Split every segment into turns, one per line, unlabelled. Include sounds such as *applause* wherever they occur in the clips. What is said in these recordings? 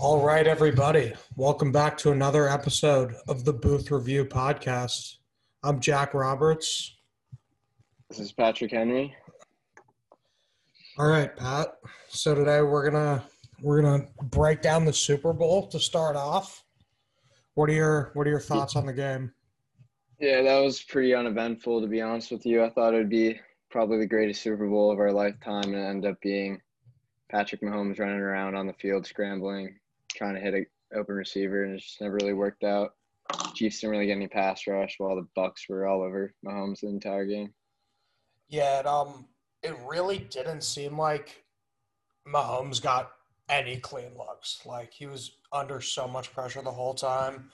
All right, everybody. Welcome back to another episode of the Booth Review Podcast. I'm Jack Roberts.
This is Patrick Henry.
All right, Pat. So today we're gonna we're gonna break down the Super Bowl to start off. What are your what are your thoughts on the game?
Yeah, that was pretty uneventful to be honest with you. I thought it would be probably the greatest Super Bowl of our lifetime and it ended up being Patrick Mahomes running around on the field scrambling, trying to hit an open receiver and it just never really worked out. Chiefs didn't really get any pass rush while the Bucks were all over Mahomes the entire game.
Yeah, it, um, it really didn't seem like Mahomes got any clean looks. Like he was under so much pressure the whole time.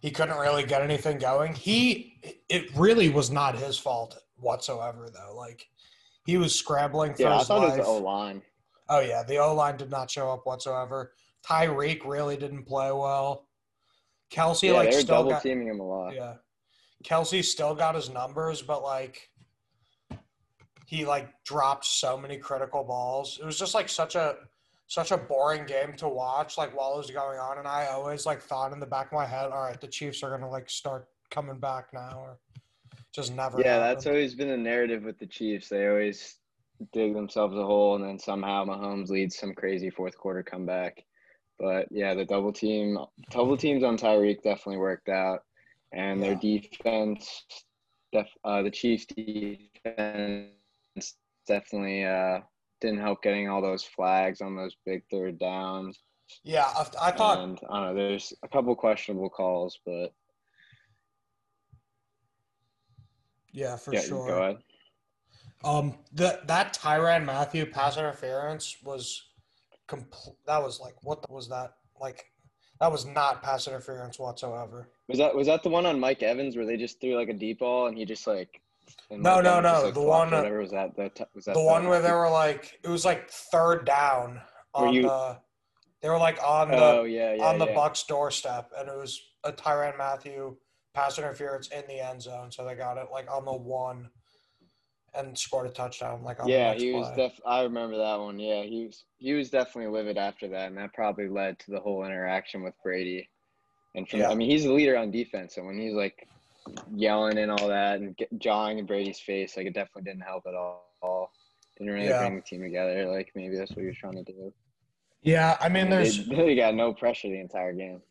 He couldn't really get anything going. He it really was not his fault whatsoever though. Like he was scrambling for
Yeah, I
his
thought
life.
it was the O line.
oh yeah, the O line did not show up whatsoever. Tyreek really didn't play well. Kelsea
Yeah,
like
they were
still
double
got
teaming him a lot.
yeah. Kelsey still got his numbers, but like he like dropped so many critical balls. It was just like such a such a boring game to watch, like while it was going on. And I always like thought in the back of my head, all right, the Chiefs are gonna like start coming back now or just never
Yeah,
happened.
that's always been the narrative with the Chiefs. They always dig themselves a hole, and then somehow Mahomes leads some crazy fourth quarter comeback. But yeah, the double team, double teams on Tyreek definitely worked out, and their defense, def, uh, the Chiefs' defense definitely uh, didn't help getting all those flags on those big third downs.
yeah, I, I thought
and I don't know. There's a couple questionable calls, but
yeah, for
yeah, you
sure.
go ahead.
Um, that that Tyran Matthew pass interference was complete. That was like what was that like? That was not pass interference whatsoever.
Was that was that the one on Mike Evans where they just threw like a deep ball and he just like? and
No,
Mike
no,
Evans just,
no,
like,
the
flopped
one-
or Whatever was that? The, t- was that
The one where they
*laughs*
were like, it was like third down
Were
on
you-
the. They were like on the
Oh yeah, yeah.
on the
yeah.
Bucks doorstep, and it was a Tyran Matthew pass interference in the end zone, so they got it like on the one, and scored a touchdown. Like on the
Yeah,
next
he was
play.
def. I remember that one. Yeah, he was he was definitely livid after that, and that probably led to the whole interaction with Brady. And from,
Yeah.
I mean, he's the leader on defense, and when he's like yelling and all that and get, jawing in Brady's face, like it definitely didn't help at all. Didn't really
Yeah.
bring the team together. Like maybe that's what he was trying to do.
yeah, I mean, there's
they, they got no pressure the entire game.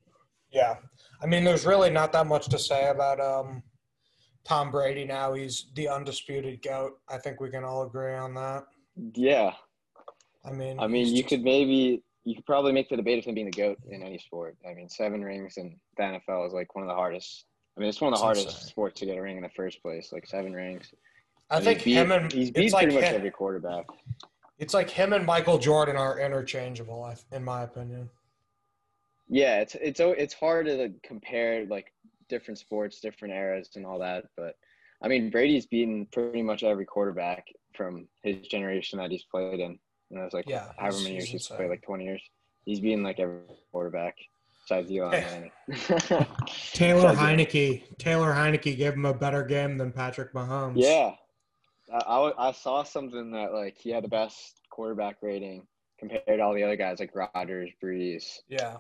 Yeah. I mean, there's really not that much to say about um, Tom Brady now. He's the undisputed GOAT. I think we can all agree on that.
Yeah,
I mean,
I mean,
he's
you
just-
could maybe you could probably make the debate of him being the goat in any sport. I mean, seven rings in the NFL is like one of the hardest. I mean, it's one of the
It's
hardest
insane.
sports to get a ring in the first place. Like seven rings.
I
And
think
he's beat,
him and
he's beat
it's like
pretty much
him,
every quarterback.
it's like him and Michael Jordan are interchangeable, I- in my opinion.
Yeah, it's it's o- it's hard to like, compare like different sports, different eras, and all that. But I mean, Brady's beaten pretty much every quarterback from his generation that he's played in. And I was like,
Yeah,
however
he's-
many years
he's
he's
insane.
played, like twenty years. He's beaten like every quarterback besides Eli
*laughs* Yeah.
Manning. *laughs*
Taylor
Does it.
Heineke. Taylor Heineke gave him a better game than Patrick Mahomes.
Yeah, I, I, w- I saw something that like he had the best quarterback rating compared to all the other guys like Rodgers, Brees.
Yeah.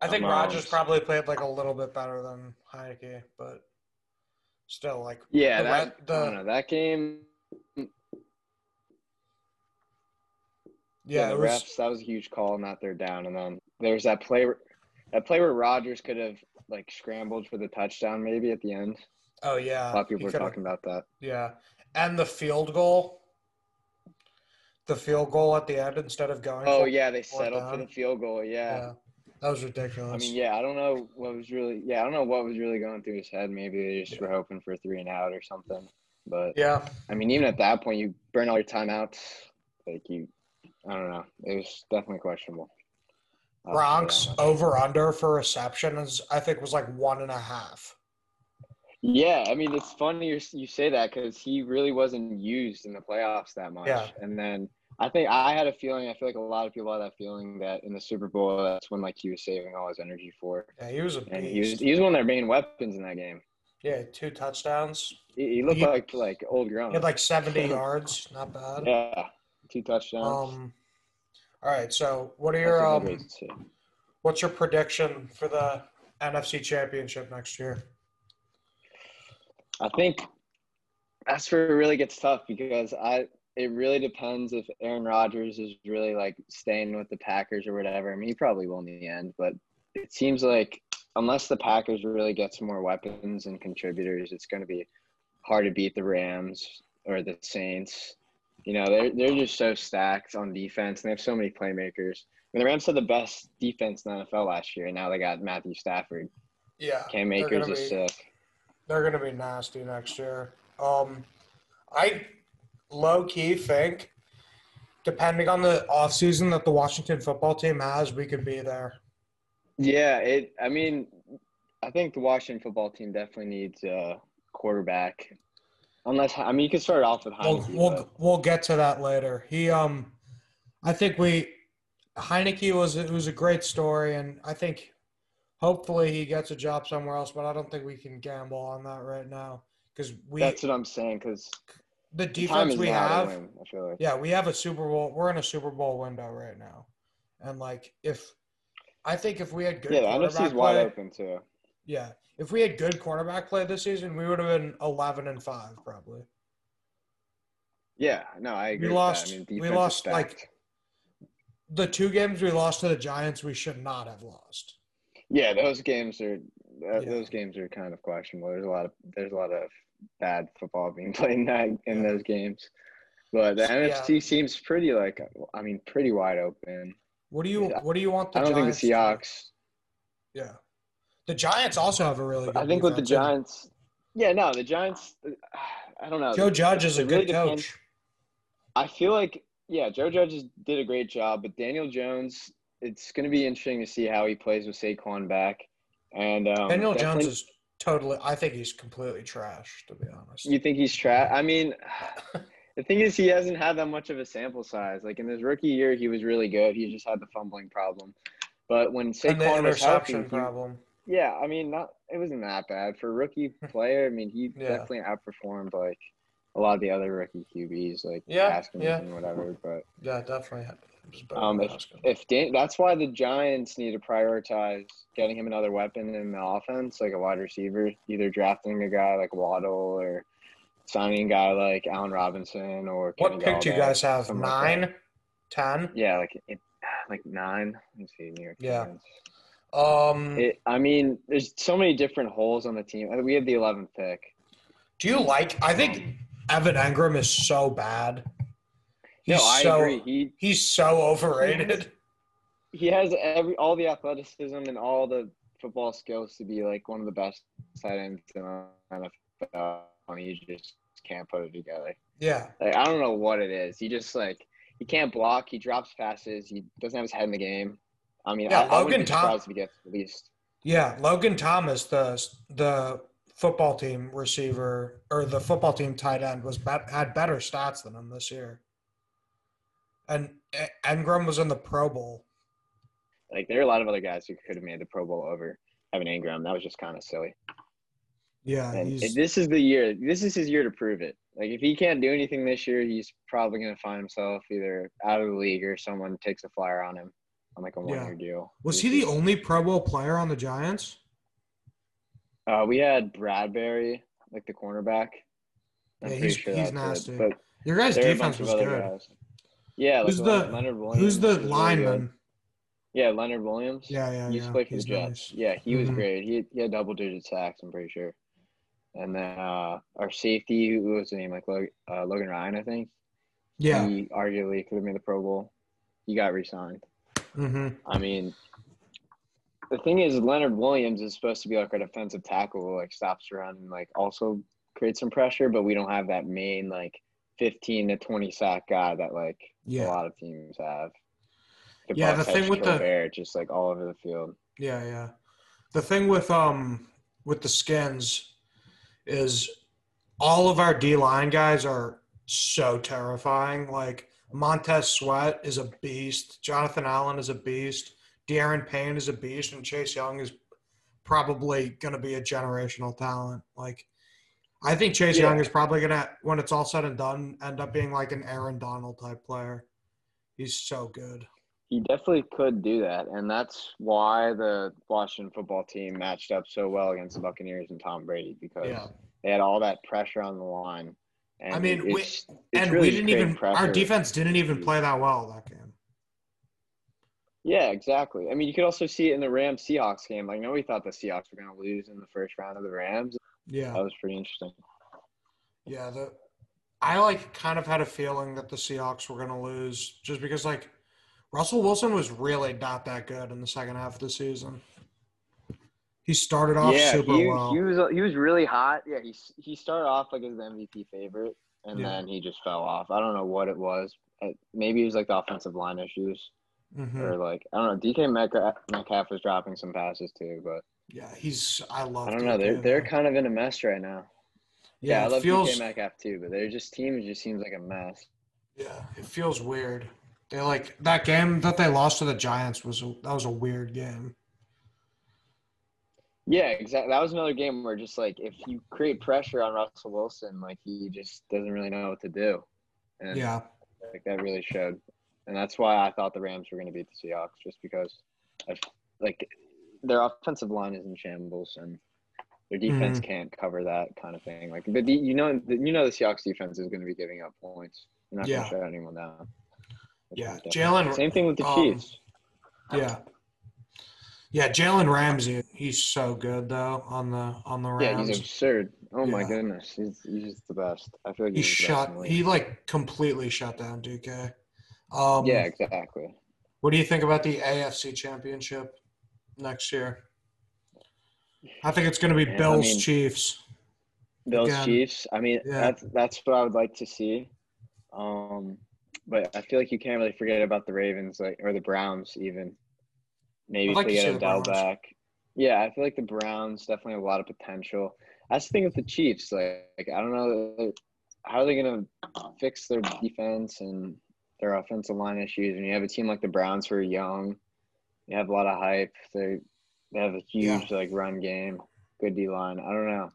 I think
Mahomes.
Rogers probably played like a little bit better than Heineke, but still, like,
Yeah,
The
that
Ra-
I
the-
don't know, that game.
yeah,
the
it was,
refs that was a huge call on that third down, and then there's that play, where- that play where Rodgers could have like scrambled for the touchdown maybe at the end.
oh, yeah.
A lot of
he
people were
could've-
talking about that.
Yeah. And the field goal. The field goal at the end instead of going.
Oh
for-
yeah, they
Fourth
settled for
down.
the field goal. Yeah.
That was ridiculous.
I mean, yeah, I don't know what was really, yeah, I don't know what was really going through his head. Maybe they just were hoping for three and out or something. But
yeah.
I mean, even at that point, you burn all your timeouts. Like you, I don't know. It was definitely questionable. Uh,
Bronx
yeah.
over under for reception is I think was like one and a half.
Yeah, I mean, it's funny you you say that because he really wasn't used in the playoffs that much.
Yeah.
And then I think I had a feeling. I feel like a lot of people had that feeling that in the Super Bowl, that's when like he was saving all his energy for,
Yeah, he was a beast.
and he was he was one of their main weapons in that game.
yeah, two touchdowns.
He, he looked
He-
like like old
He
grown.
had like seventy
*laughs*
yards. Not bad.
yeah, two touchdowns.
Um all right, so what are
That's
your
a good way
Oh, um
to say it.
What's your prediction for the NFC Championship next year?
I think that's where it really gets tough because I it really depends if Aaron Rodgers is really like staying with the Packers or whatever. I mean, he probably will in the end, but it seems like unless the Packers really get some more weapons and contributors, it's going to be hard to beat the Rams or the Saints. You know, they're they're just so stacked on defense, and they have so many playmakers. I mean, the Rams had the best defense in the NFL last year, and now they got Matthew Stafford.
Yeah,
Cam
they're
Akers
gonna
is
be-
sick.
They're going to be nasty next year. Um, I low key think, depending on the offseason that the Washington football team has, we could be there.
Yeah, it. I mean, I think the Washington football team definitely needs a quarterback. Unless I mean, you could start off with
We'll,
Heineke. but-
we'll, we'll get to that later. He, um, I think we, Heineke was it was a great story, and I think hopefully he gets a job somewhere else. But I don't think we can gamble on that right now because we
that's what I'm saying because
the
time
defense
is
we
now to
have.
win, I feel like.
Yeah, we have a Super Bowl. We're in a Super Bowl window right now, and like if I think if we had good
Yeah, the NFC
quarterback
is wide
play,
open too.
yeah, if we had good quarterback play this season, we would have been eleven and five probably.
Yeah, no, I agree. with
lost-
That. I mean,
we
defense is
lost, like,
stacked.
The two games we lost to the Giants, we should not have lost.
Yeah, those games are
Yeah.
uh, those games are kind of questionable. There's a lot of there's a lot of bad football being *laughs* played in that in those games, but the
Yeah.
NFC seems pretty like I mean pretty wide open.
What do you
Yeah.
What do you want the
I don't think the
Giants? to-
Seahawks.
yeah, the Giants also have a really. good
I think with
defense,
the
and
Giants, yeah, no, the Giants. uh, I don't know.
Joe Judge is a
It really
good
depends.
coach.
I feel like yeah, Joe Judge is- did a great job, but Daniel Jones. It's going to be interesting to see how he plays with Saquon back. And um,
Daniel
definitely-
Jones is totally. I think he's completely trash, to be honest.
You think he's trash? I mean, *sighs* the thing is, he hasn't had that much of a sample size. Like in his rookie year, he was really good. He just had the fumbling problem. But when
and the
Saquon was healthy,
interception
he-
problem.
yeah, I mean, not it wasn't that bad for
*laughs*
a rookie player. I mean, he
Yeah.
definitely outperformed like a lot of the other rookie QBs, like
Yeah,
Haskins
yeah.
and whatever. But
Yeah, definitely. It was better
Um,
than Haskins.
if Dan, that's why the Giants need to prioritize getting him another weapon in the offense, like a wide receiver, either drafting a guy like Waddle or signing a guy like Allen Robinson or
What
Kenny
pick do you
Galladay,
guys have?
something like that.
Nine, ten.
yeah, like it, *sighs* like nine. Let's see, New York
Yeah.
Giants.
Um,
It, I mean, there's so many different holes on the team. We have the 11th pick.
do you like? I think Evan Engram is so bad.
No,
He's
I
so
agree. He
he's so overrated. *laughs*
he has every all the athleticism and all the football skills to be like one of the best tight ends in the NFL. And he just can't put it together.
Yeah,
Like I don't know what it is. He just like he can't block. He drops passes. He doesn't have his head in the game. I mean,
Yeah,
I, I
Logan
wouldn't be
Tom-
surprised if he gets released.
yeah. Logan Thomas, the the football team receiver or the football team tight end, was bet, had better stats than him this year. And E- Engram was in the Pro Bowl.
Like there are a lot of other guys who could have made the Pro Bowl over Evan Ingram. That was just kind of silly.
Yeah,
And
he's
this is the year. This is his year to prove it. Like if he can't do anything this year, he's probably gonna find himself either out of the league or someone takes a flyer on him on like a one year deal.
was he the only Pro Bowl player on the Giants?
Uh, we had Bradbury, like the cornerback.
Yeah, he's-
pretty
he's
that's it,
nasty. Your guys'
But there are a
defense
bunch of
was
other
good.
guys. Yeah, like
Who's
Leonard-
the-
Leonard Williams.
Who's the
was really good.
lineman?
Yeah, Leonard Williams.
Yeah, yeah,
he
yeah.
used to play for
He's
the Jets.
nice.
Yeah, he was
Mhm.
great. He, he had double digit sacks, I'm pretty sure. And then uh, our safety, who was his name? Like Log- uh, Logan Ryan, I think.
Yeah.
He arguably could have made the Pro Bowl. He got re signed.
hmm
I mean, the thing is, Leonard Williams is supposed to be like our defensive tackle, who, like stops around and like also creates some pressure, but we don't have that main like 15 to 20 sack guy that like
Yeah.
a lot of teams have.
Yeah, the
Devontae
thing with the-
Colbert, just like all over the field.
Yeah, yeah. The thing with um with the skins is all of our D line guys are so terrifying. Like Montez Sweat is a beast. Jonathan Allen is a beast. De'Aaron Payne is a beast, and Chase Young is probably going to be a generational talent. Like, I think Chase
Yeah.
Young is probably going to, when it's all said and done, end up being like an Aaron Donald type player. He's so good.
He definitely could do that, and that's why the Washington football team matched up so well against the Buccaneers and Tom Brady because
Yeah.
they had all that pressure on the line. And
I mean, we-
it's- it's
And
really
we didn't
creating
even our
pressure.
defense didn't even play that well that game.
Yeah, exactly. I mean, you could also see it in the Rams Seahawks game. Like, nobody thought the Seahawks were going to lose in the first round of the Rams.
Yeah.
That was pretty interesting.
Yeah, the I like kind of had a feeling that the Seahawks were going to lose just because like Russell Wilson was really not that good in the second half of the season. He started off
yeah,
super
he,
well.
he was he was really hot. Yeah, he he started off like as the MVP favorite, and
Yeah.
then he just fell off. I don't know what it was. Uh, Maybe it was like the offensive line issues,
hmm
or like I don't know. DK Metcalf, Metcalf was dropping some passes too, but
Yeah, he's I love
I don't know.
DK,
They're they're
man.
kind of in a mess right now. Yeah,
yeah,
I
it
love
feels
DK Metcalf too, but their just team just seems like a mess.
yeah, it feels weird. They like that game that they lost to the Giants was a- that was a weird game.
Yeah, exactly. That was another game where just like if you create pressure on Russell Wilson, like he just doesn't really know what to do. And
Yeah.
like that really showed, and that's why I thought the Rams were going to beat the Seahawks, just because, I, like, their offensive line is in shambles and their
Mm.
defense can't cover that kind of thing. Like, but the, you know, the, you know, the Seahawks defense is going to be giving up points. They're not
Yeah.
going to shut anyone down. Which
Yeah.
is definitely-
Jalen
Same thing with the
um,
Chiefs.
Yeah. Yeah, Jalen Ramsey, he's so good though on the on the Rams.
Yeah, he's absurd. Oh my
Yeah.
goodness, he's he's just the best. I feel like
He
he's the best in
shut.
the league.
He like completely shut down DK. Um,
yeah, exactly.
What do you think about the AFC Championship next year? I think it's going to be
Yeah, I
Bills
mean-
Chiefs.
Bills
Again,
Chiefs. I mean,
yeah.
that's that's what I would like to see. Um, but I feel like you can't really forget about the Ravens, like or the Browns, even. Maybe
I'd like to
forget
see the
Odell
Browns.
back. Yeah, I feel like the Browns definitely have a lot of potential. That's the thing with the Chiefs. Like, like I don't know how are they going to fix their defense and their offensive line issues. When you have a team like the Browns who are young, you have a lot of hype. They they have a
Yeah.
huge like run game, good D line. I don't know.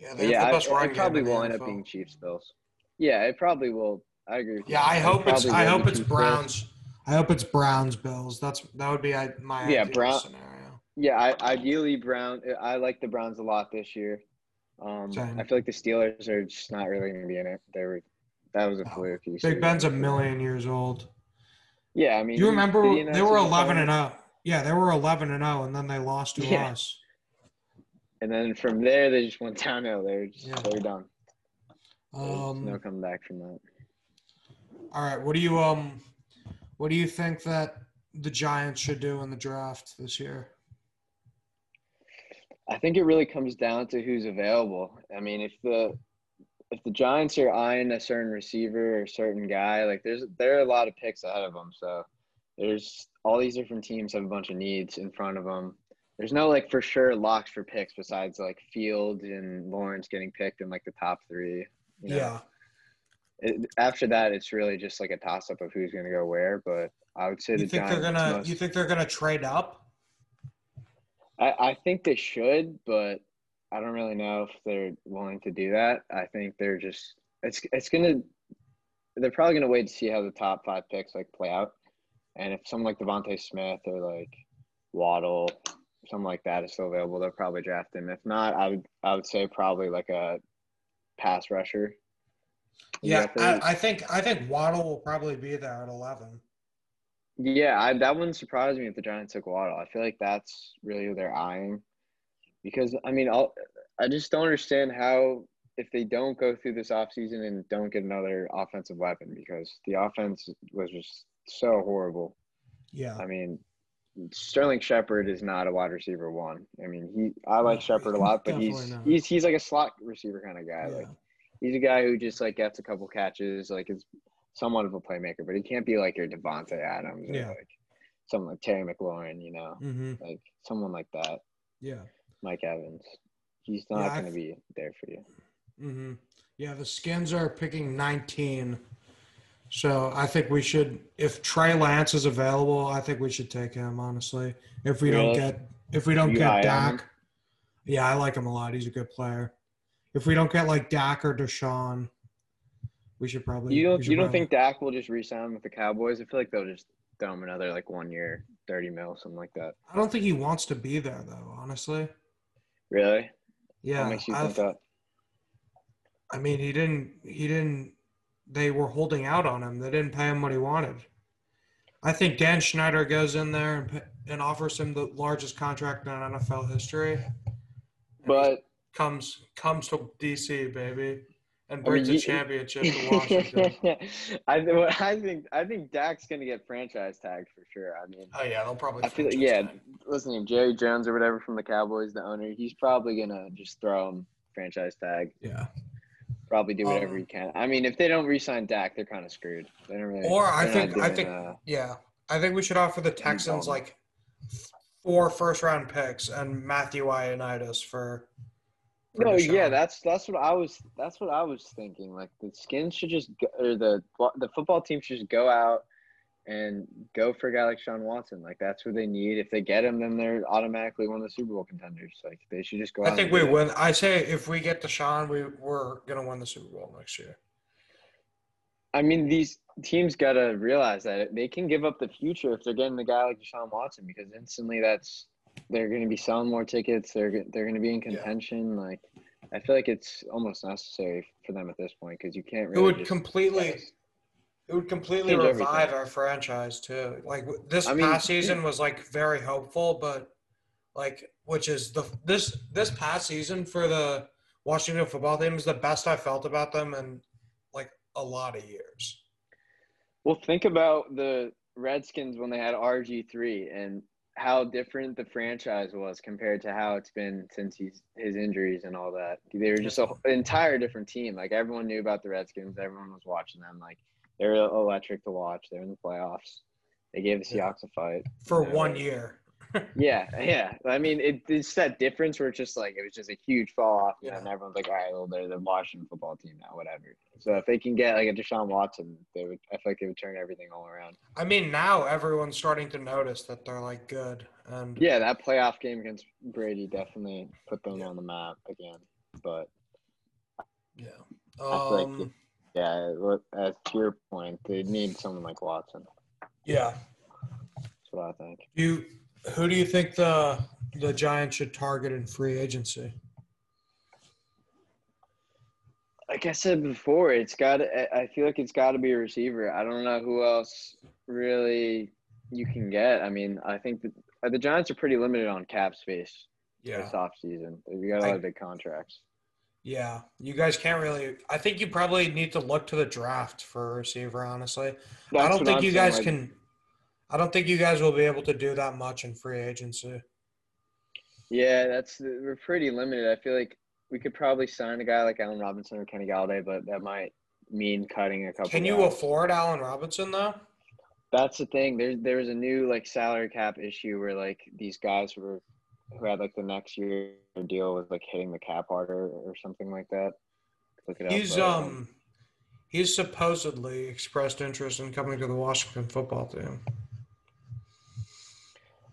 Yeah,
But
they
yeah,
have
I,
the best
it
run game
probably
in the
will end up
NFL.
being Chiefs Bills. Yeah, it probably will. I agree. With
Yeah,
you.
I
It
hope it's.
probably
I
will
hope
be
it's
Chiefs, Bills.
Browns. I hope it's Browns Bills. That's that would be I, my
Yeah,
ideal
Brown-
scenario.
Yeah, I, ideally Brown. I like the Browns a lot this year. Um,
Same.
I feel like the Steelers are just not really going to be in it. They were. That was a
No.
fluke. you see.
Oh, Big Ben's a million years old.
Yeah, I mean,
You
he-
remember
did he announce
they were
his
eleven and oh.
retirement?
zero. Yeah, they were eleven and zero, and then they lost to
Yeah.
us.
And then from there, they just went downhill. They're just
Yeah.
they're done. There's
Um,
no coming back from that.
All right. What do you um what do you think that the Giants should do in the draft this year?
I think it really comes down to who's available. I mean, if the if the Giants are eyeing a certain receiver or a certain guy, like there's there are a lot of picks ahead of them. So there's all these different teams have a bunch of needs in front of them. There's no like for sure locks for picks besides like Field and Lawrence getting picked in like the top three. you know? It, after that, it's really just like a toss up of who's going to go where. But I would say
You
the
think
Giants.
they're gonna
most-
you think they're gonna trade up?
I, I think they should, but I don't really know if they're willing to do that. I think they're just it's it's gonna they're probably gonna wait to see how the top five picks like play out. And if someone like Devontae Smith or like Waddle, something like that is still available, they'll probably draft him. If not, I would I would say probably like a pass rusher.
Yeah,
Exactly.
I, I think I think Waddle will probably be there at eleven.
Yeah, I, that wouldn't surprise me if the Giants took Waddle. I feel like that's really who they're eyeing, because I mean, I'll, I just don't understand how if they don't go through this offseason and don't get another offensive weapon, because the offense was just so horrible.
Yeah.
I mean, Sterling Shepard is not a wide receiver one. I mean, he I like
No,
Shepard a lot, but
definitely
he's
not.
he's he's like a slot receiver kind of guy.
yeah.
Like he's a guy who just like gets a couple catches, like is somewhat of a playmaker, but he can't be like your Devonte Adams or
Yeah.
like someone like Terry McLaurin, you know,
Mm-hmm.
like someone like that,
Yeah.
Mike Evans. He's
Yeah,
not
I
going to
f-
be there for you.
Mm-hmm. Yeah, the skins are picking nineteen. So I think we should if Trey Lance is available, I think we should take him, honestly. If we don't
Really?
get if we don't
You
get
high on him?
Dak. Yeah, I like him a lot. He's a good player. If we don't get like Dak or Deshaun, we should probably
You
we
don't
should
you don't
probably-
think Dak will just re-sign with the Cowboys? I feel like they'll just throw him another like one year, thirty mil, something like that.
I don't think he wants to be there though, honestly.
Really?
Yeah.
What makes you
I've-
think that?
I mean, he didn't. He didn't. They were holding out on him. They didn't pay him what he wanted. I think Dan Schneider goes in there and, pa- and offers him the largest contract in NFL history.
But
comes comes to DC, baby, and
I mean,
brings
you-
a championship
*laughs*
to Washington.
I, th- what I think I think Dak's gonna get franchise tagged for sure. I mean,
oh yeah, they'll probably.
I feel
franchise
yeah.
tag.
Listen, to him, Jerry Jones or whatever from the Cowboys, the owner, he's probably gonna just throw him franchise tag.
Yeah.
Probably do whatever
Um,
he can. I mean, if they don't re-sign Dak, they're kind of screwed. They don't really.
Or I
they're
think
not
I
doing,
think
uh,
yeah, I think we should offer the Texans like four first round picks and Matthew Ioannidis for. for
no, yeah,
Deshaun.
that's that's what I was that's what I was thinking. Like the skins should just go, or the the football team should just go out and go for a guy like Sean Watson. Like that's who they need. If they get him, then they're automatically one of the Super Bowl contenders. Like they should just go.
I
out
think
and
we
do that.
win. I say if we get Deshaun, we we're gonna win the Super Bowl next year.
I mean, these teams gotta realize that they can give up the future if they're getting the guy like Deshaun Watson because instantly that's they're gonna be selling more tickets. They're g- they're gonna be in contention. Like I feel like it's almost necessary for them at this point because you can't
It
really.
would
just-
completely, it would completely
Change
revive
everything.
our franchise too. Like w- this
I mean-
past season was like very hopeful, but like which is the this this past season for the Washington football team is the best I felt about them in like a lot of years.
Well, think about the Redskins when they had RG3 and how different the franchise was compared to how it's been since he's, his injuries and all that. They were just a, an entire different team. Like, everyone knew about the Redskins, everyone was watching them. Like, they were electric to watch. They were in the playoffs. They gave the
Yeah.
Seahawks a fight.
For
Yeah.
one year,
Yeah, yeah. I mean, it, it's that difference where it's just like it was just a huge fall off, and then
Yeah.
everyone's like, "All right, well, they're the Washington football team now, whatever." So if they can get like a Deshaun Watson, they would. I feel like they would turn everything all around.
I mean, now everyone's starting to notice that they're like good and
Yeah, that playoff game against Brady definitely put them
Yeah.
on the map again. But
yeah.
feel like
Um,
yeah, look, as to your point, they need someone like Watson.
yeah.
That's what I think.
You, who do you think the the Giants should target in free agency?
Like I said before, it's got. I feel like it's got to be a receiver. I don't know who else really you can get. I mean, I think that uh, the Giants are pretty limited on cap space this offseason. We got a lot of big contracts.
yeah. You guys can't really. I think you probably need to look to the draft for a receiver. Honestly, I
That's
don't
what
think
I'm
you
saying,
guys
like,
can. I don't think you guys will be able to do that much in free agency.
Yeah, that's we're pretty limited. I feel like we could probably sign a guy like Allen Robinson or Kenny Galladay, but that might mean cutting a couple.
Can you
guys.
afford Allen Robinson though?
That's the thing. There, there was a new like salary cap issue where like these guys who were who had like the next year deal was like hitting the cap harder or something like that. Look it up.
He's
but,
um, he's supposedly expressed interest in coming to the Washington football team.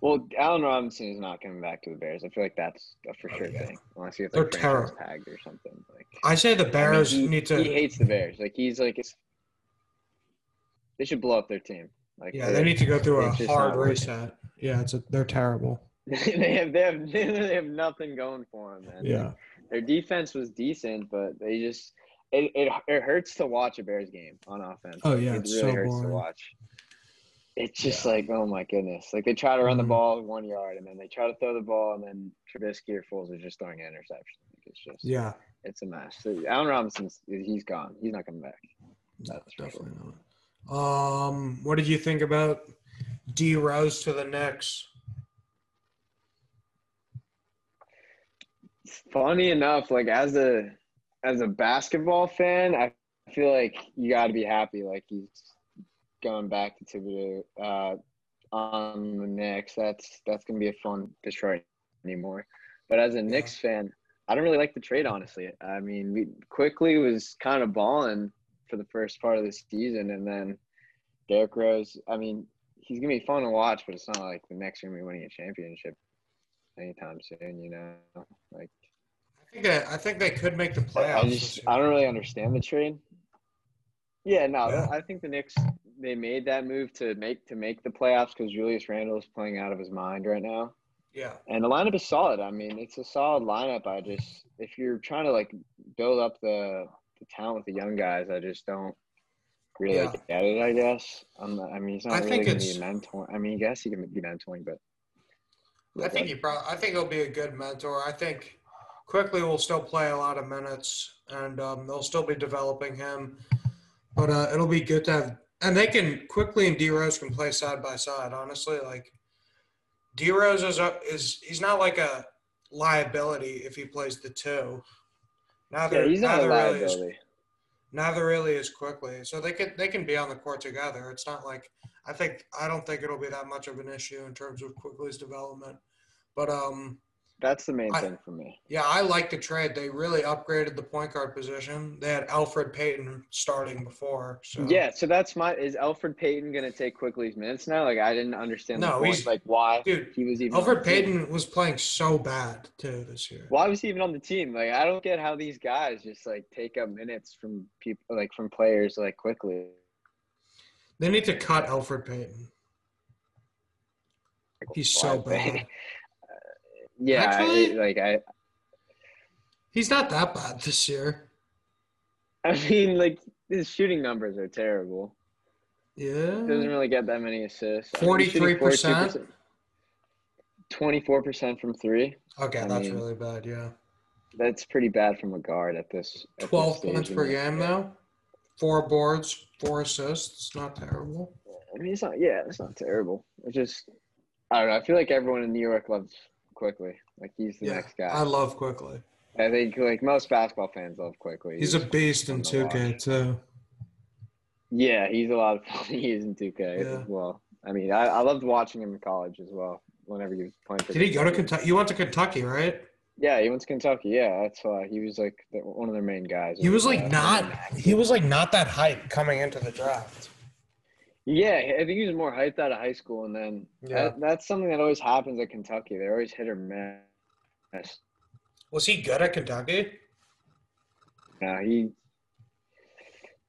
Well, Allen Robinson is not coming back to the Bears. I feel like that's a for
Oh,
sure
yeah.
thing, unless he gets
They're
like franchise
terrible.
tagged or something. Like
I say the
I mean,
Bears
he-
need to.
He hates the Bears. Like he's like, it's, they should blow up their team. Like
yeah, they need to go through a
It's just
hard
not working.
reset. Yeah, it's a, they're terrible.
*laughs* they have they have *laughs* they have nothing going for them. Man.
Yeah.
their defense was decent, but they just it, it it hurts to watch a Bears game on offense.
Oh, yeah,
it
it's so
hurts to
boring.
watch. It's just like oh my goodness, like they try to run the
Mhm.
ball one yard, and then they try to throw the ball, and then Trubisky or Foles are just throwing an interception. Like, It's just
Yeah,
it's a mess. So, Allen Robinson's he's gone. He's not coming back. That's for
definitely not. Um, what did you think about D Rose to the Knicks?
funny enough, like as a as a basketball fan, I feel like you got to be happy. Like he's going back to Thibodeau uh, on the Knicks. That's that's gonna be a fun Detroit anymore. But as a Knicks fan, I don't really like the trade. Honestly, I mean, we quickly was kind of balling for the first part of the season, and then Derrick Rose. I mean, he's gonna be fun to watch, but it's not like the Knicks are gonna be winning a championship anytime soon. You know, like.
I think I, I think they could make the playoffs.
I
this
just
year.
I don't really understand the trade. Yeah, no,
Yeah.
I think the Knicks they made that move to make to make the playoffs because Julius Randle is playing out of his mind right now.
Yeah.
And the lineup is solid. I mean, it's a solid lineup. I just if you're trying to like build up the, the talent with the young guys, I just don't really
Yeah.
get it. I guess. I'm not, I mean, he's not
I
really
think
going to be
it's-
mentoring. I mean, I guess he can be mentoring, but
I think he probably. I think he'll be a good mentor. I think quickly will still play a lot of minutes, and um, they'll still be developing him. But uh, it'll be good to have, and they can quickly and D Rose can play side by side. Honestly, like D Rose is a, is he's not like a liability if he plays the two. Neither
yeah, he's not a
neither really is
liability.
neither really is quickly. So they can they can be on the court together. It's not like I think I don't think it'll be that much of an issue in terms of quickly's development. But um,
That's the main
I-
thing for me.
yeah, I like the trade. They really upgraded the point guard position. They had Alfred Payton starting before. So
Yeah, so that's my. Is Alfred Payton going to take quickly's minutes now? Like, I didn't understand. the
No,
point,
he's-
like why
dude,
he was even. on
Alfred
the team.
Payton was playing so bad too this year.
Why was he even on the team? Like, I don't get how these guys just like take up minutes from people, like from players, like quickly.
They need to cut Alfred Payton.
Like,
He's
why
so
they-
bad.
yeah,
Actually-
I, like I, *laughs*
He's not that bad this year.
I mean, like his shooting numbers are terrible. Doesn't
Yeah.
really get that many assists. I mean, he's shooting
43%.
24 percent from three.
Okay,
I
that's
mean,
really bad. Yeah.
That's pretty bad from a guard at this. at this
12
stage
points
in
per
the-
game, though. Four boards, four assists. Not terrible.
I mean, it's not. Yeah, it's not terrible. It's just I don't know. I feel like everyone in New York loves quickly. Like he's the next guy.
I love quickly.
I think like most basketball fans love quickly.
He's a beast in
on the watch.
2K, too.
yeah, he's a lot of fun. *laughs* He is in 2K
Yeah.
as well. I mean, I, I loved watching him in college as well. Whenever he was playing for,
Did he go to
Kentucky.
Kentucky? You went to Kentucky, right?
Yeah, he went to Kentucky. Yeah, that's why he was like the, one of their main guys.
He was
Uh,
like not. He was like not that hype coming into the draft.
Yeah, I think he was more hyped out of high school, and then
Yeah.
that, that's something that always happens at Kentucky. They're always hit or miss.
Was he good at Kentucky?
No, he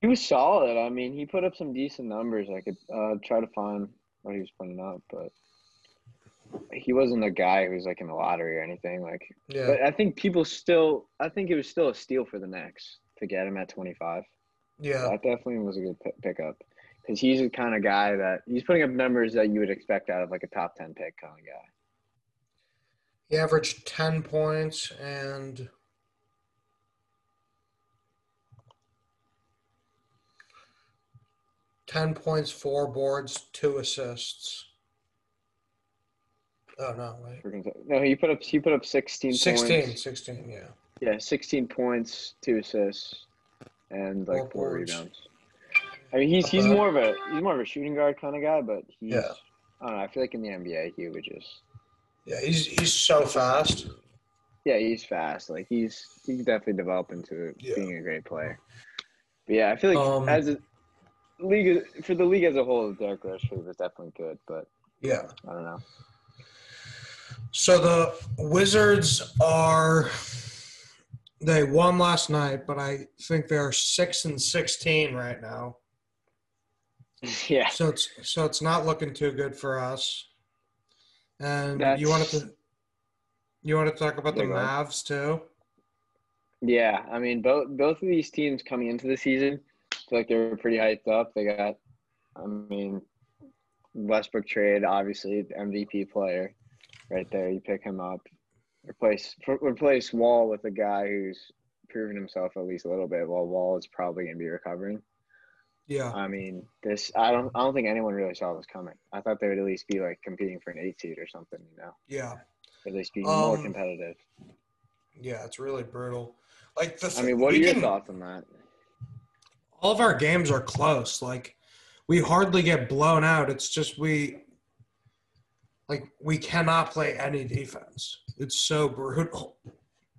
he was solid. I mean, he put up some decent numbers. I could uh, try to find what he was putting up, but he wasn't a guy who was like in the lottery or anything. Like,
Yeah.
but I think people still, I think it was still a steal for the Knicks to get him at twenty five.
Yeah.
That definitely was a good p- pickup because he's the kind of guy that he's putting up numbers that you would expect out of like a top ten pick kind of guy.
He averaged ten points and. Ten points, four boards, two assists. Oh no! Wait,
For Kentucky. No, he put up he put up sixteen.
16,
Points.
16, Yeah.
Yeah, 16 points, two assists, and like
Four
four,
boards.
rebounds. I mean, he's he's
Uh-huh.
more of a he's more of a shooting guard kind of guy, but he's
Yeah.
I don't know. I feel like in the NBA, he would just
Yeah, he's he's so fast.
yeah, he's fast. Like he's he could definitely develop into
Yeah.
being a great player. But yeah, I feel like
Um,
as a league for the league as a whole, Derek Rashford was definitely good, but
Yeah.
I don't know. *laughs*
So the Wizards are they won last night, but I think they are six and sixteen right now.
yeah,
So it's so it's not looking too good for us. And you wanted
That's-
to you want to talk about the
Yeah, go ahead.
Mavs too?
yeah. I mean, both both of these teams coming into the season, I feel like they were pretty hyped up. They got, I mean, Westbrook trade, obviously the MVP player, right there. You pick him up, replace f- replace Wall with a guy who's proven himself at least a little bit. While Wall is probably going to be recovering.
Yeah.
I mean, this I don't I don't think anyone really saw this coming. I thought they would at least be like competing for an eight seed or something, you know,
Yeah.
at least be more
Um,
competitive.
Yeah, it's really brutal. Like the
I mean, what are
we
your
can-
thoughts on that?
all of our games are close. Like we hardly get blown out. It's just we like we cannot play any defense. It's so brutal.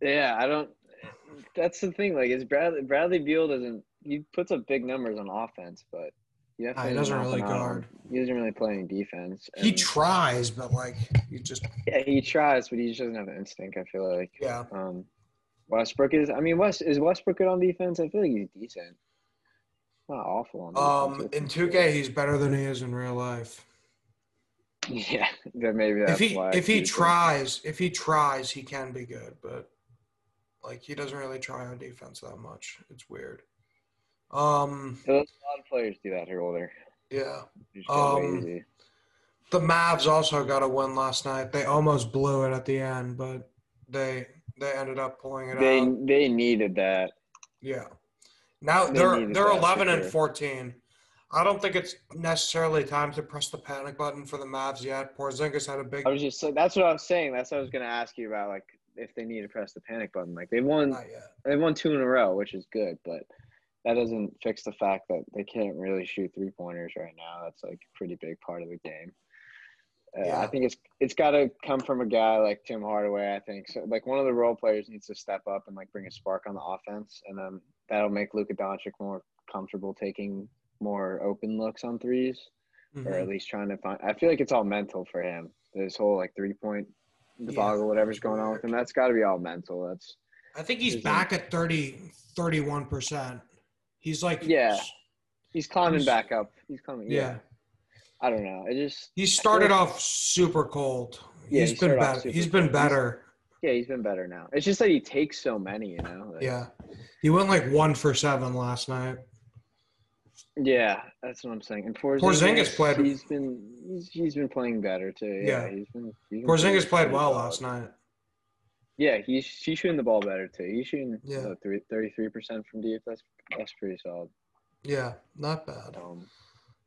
Yeah, I don't. That's the thing. Like, is Bradley Bradley Beal doesn't he puts up big numbers on offense, but
Uh, he
he, definitely
doesn't
not
really
on-
guard.
He doesn't really play any defense.
He
and-
tries, but like you just
yeah, he tries, but he just doesn't have the instinct. I feel like
yeah.
um, Westbrook is. I mean, West is Westbrook good on defense? I feel like he's decent. Not awful. on
Um,
defense.
in 2K, he's better than he is in real life.
*laughs* yeah, that maybe that's
if he
why. I
if he
choose him.
tries, if he tries, he can be good, but like he doesn't really try on defense that much. It's weird. Um,
So there's a lot of players do that who are older.
yeah.
They just go
Um,
lazy.
The Mavs also got a win last night. They almost blew it at the end, but they they ended up pulling it
They
out.
they needed that.
Yeah. Now
they
they're
needed
they're
that for
11 and
sure.
14. I don't think it's necessarily time to press the panic button for the Mavs yet. Porzingis had a big
I was just so that's what I was saying. That's what I was gonna ask you about, like if they need to press the panic button. Like they won
not yet.
they won two in a row, which is good, but that doesn't fix the fact that they can't really shoot three pointers right now. That's like a pretty big part of the game. Uh, I
Yeah.
think it's it's got to come from a guy like Tim Hardaway. I think so. Like one of the role players needs to step up and like bring a spark on the offense, and then that'll make Luka Doncic more comfortable taking more open looks on threes or
Mhm.
at least trying to find. I feel like it's all mental for him. This whole like three point debacle,
Yeah,
whatever's
it's
going on with
weird.
him, that's got to be all mental. That's
I think he's
Mhm.
back at 30 31%. He's like
Yeah. he's climbing
He's-
back up. He's climbing. Yeah,
Yeah.
I don't know. It just
He started
like-
off super cold.
Yeah, he
he's been
started off
better.
super
He's been
cold. He's-
better.
yeah, he's been better now. It's just that he takes so many, you know. Like,
Yeah. He went like one for seven last night.
yeah, that's what I'm saying. And Porzingis,
Porzingis played-
He's been he's, he's been playing better too. Yeah,
Yeah.
he's been. He's been
Porzingis
playing
played
pretty
well last night.
Yeah, he's she's shooting the ball better too. He's shooting
Yeah.
yeah. 33 percent from deep. That's that's pretty solid.
Yeah, not bad.
Um,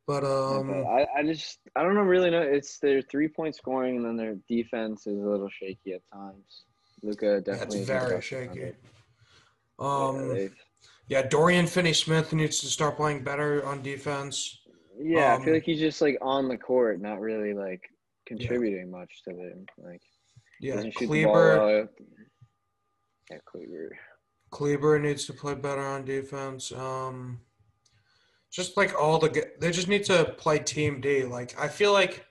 But
Um,
um,
I, I just I don't know really know. It's their three point scoring and then their defense is a little shaky at times. Luca
yeah, it's
definitely. isn't
very
adjusting on
shaky.
it. yeah,
Um,
they've-
yeah, Dorian Finney-Smith needs to start playing better on defense.
yeah I
um,
feel like he's just like on the court, not really like contributing much to them. Like
Yeah,
doesn't shoot the ball
Kleber
well. Yeah, Kleber.
Kleber needs to play better on defense. Um, just like all the g- they just need to play team D. Like I feel like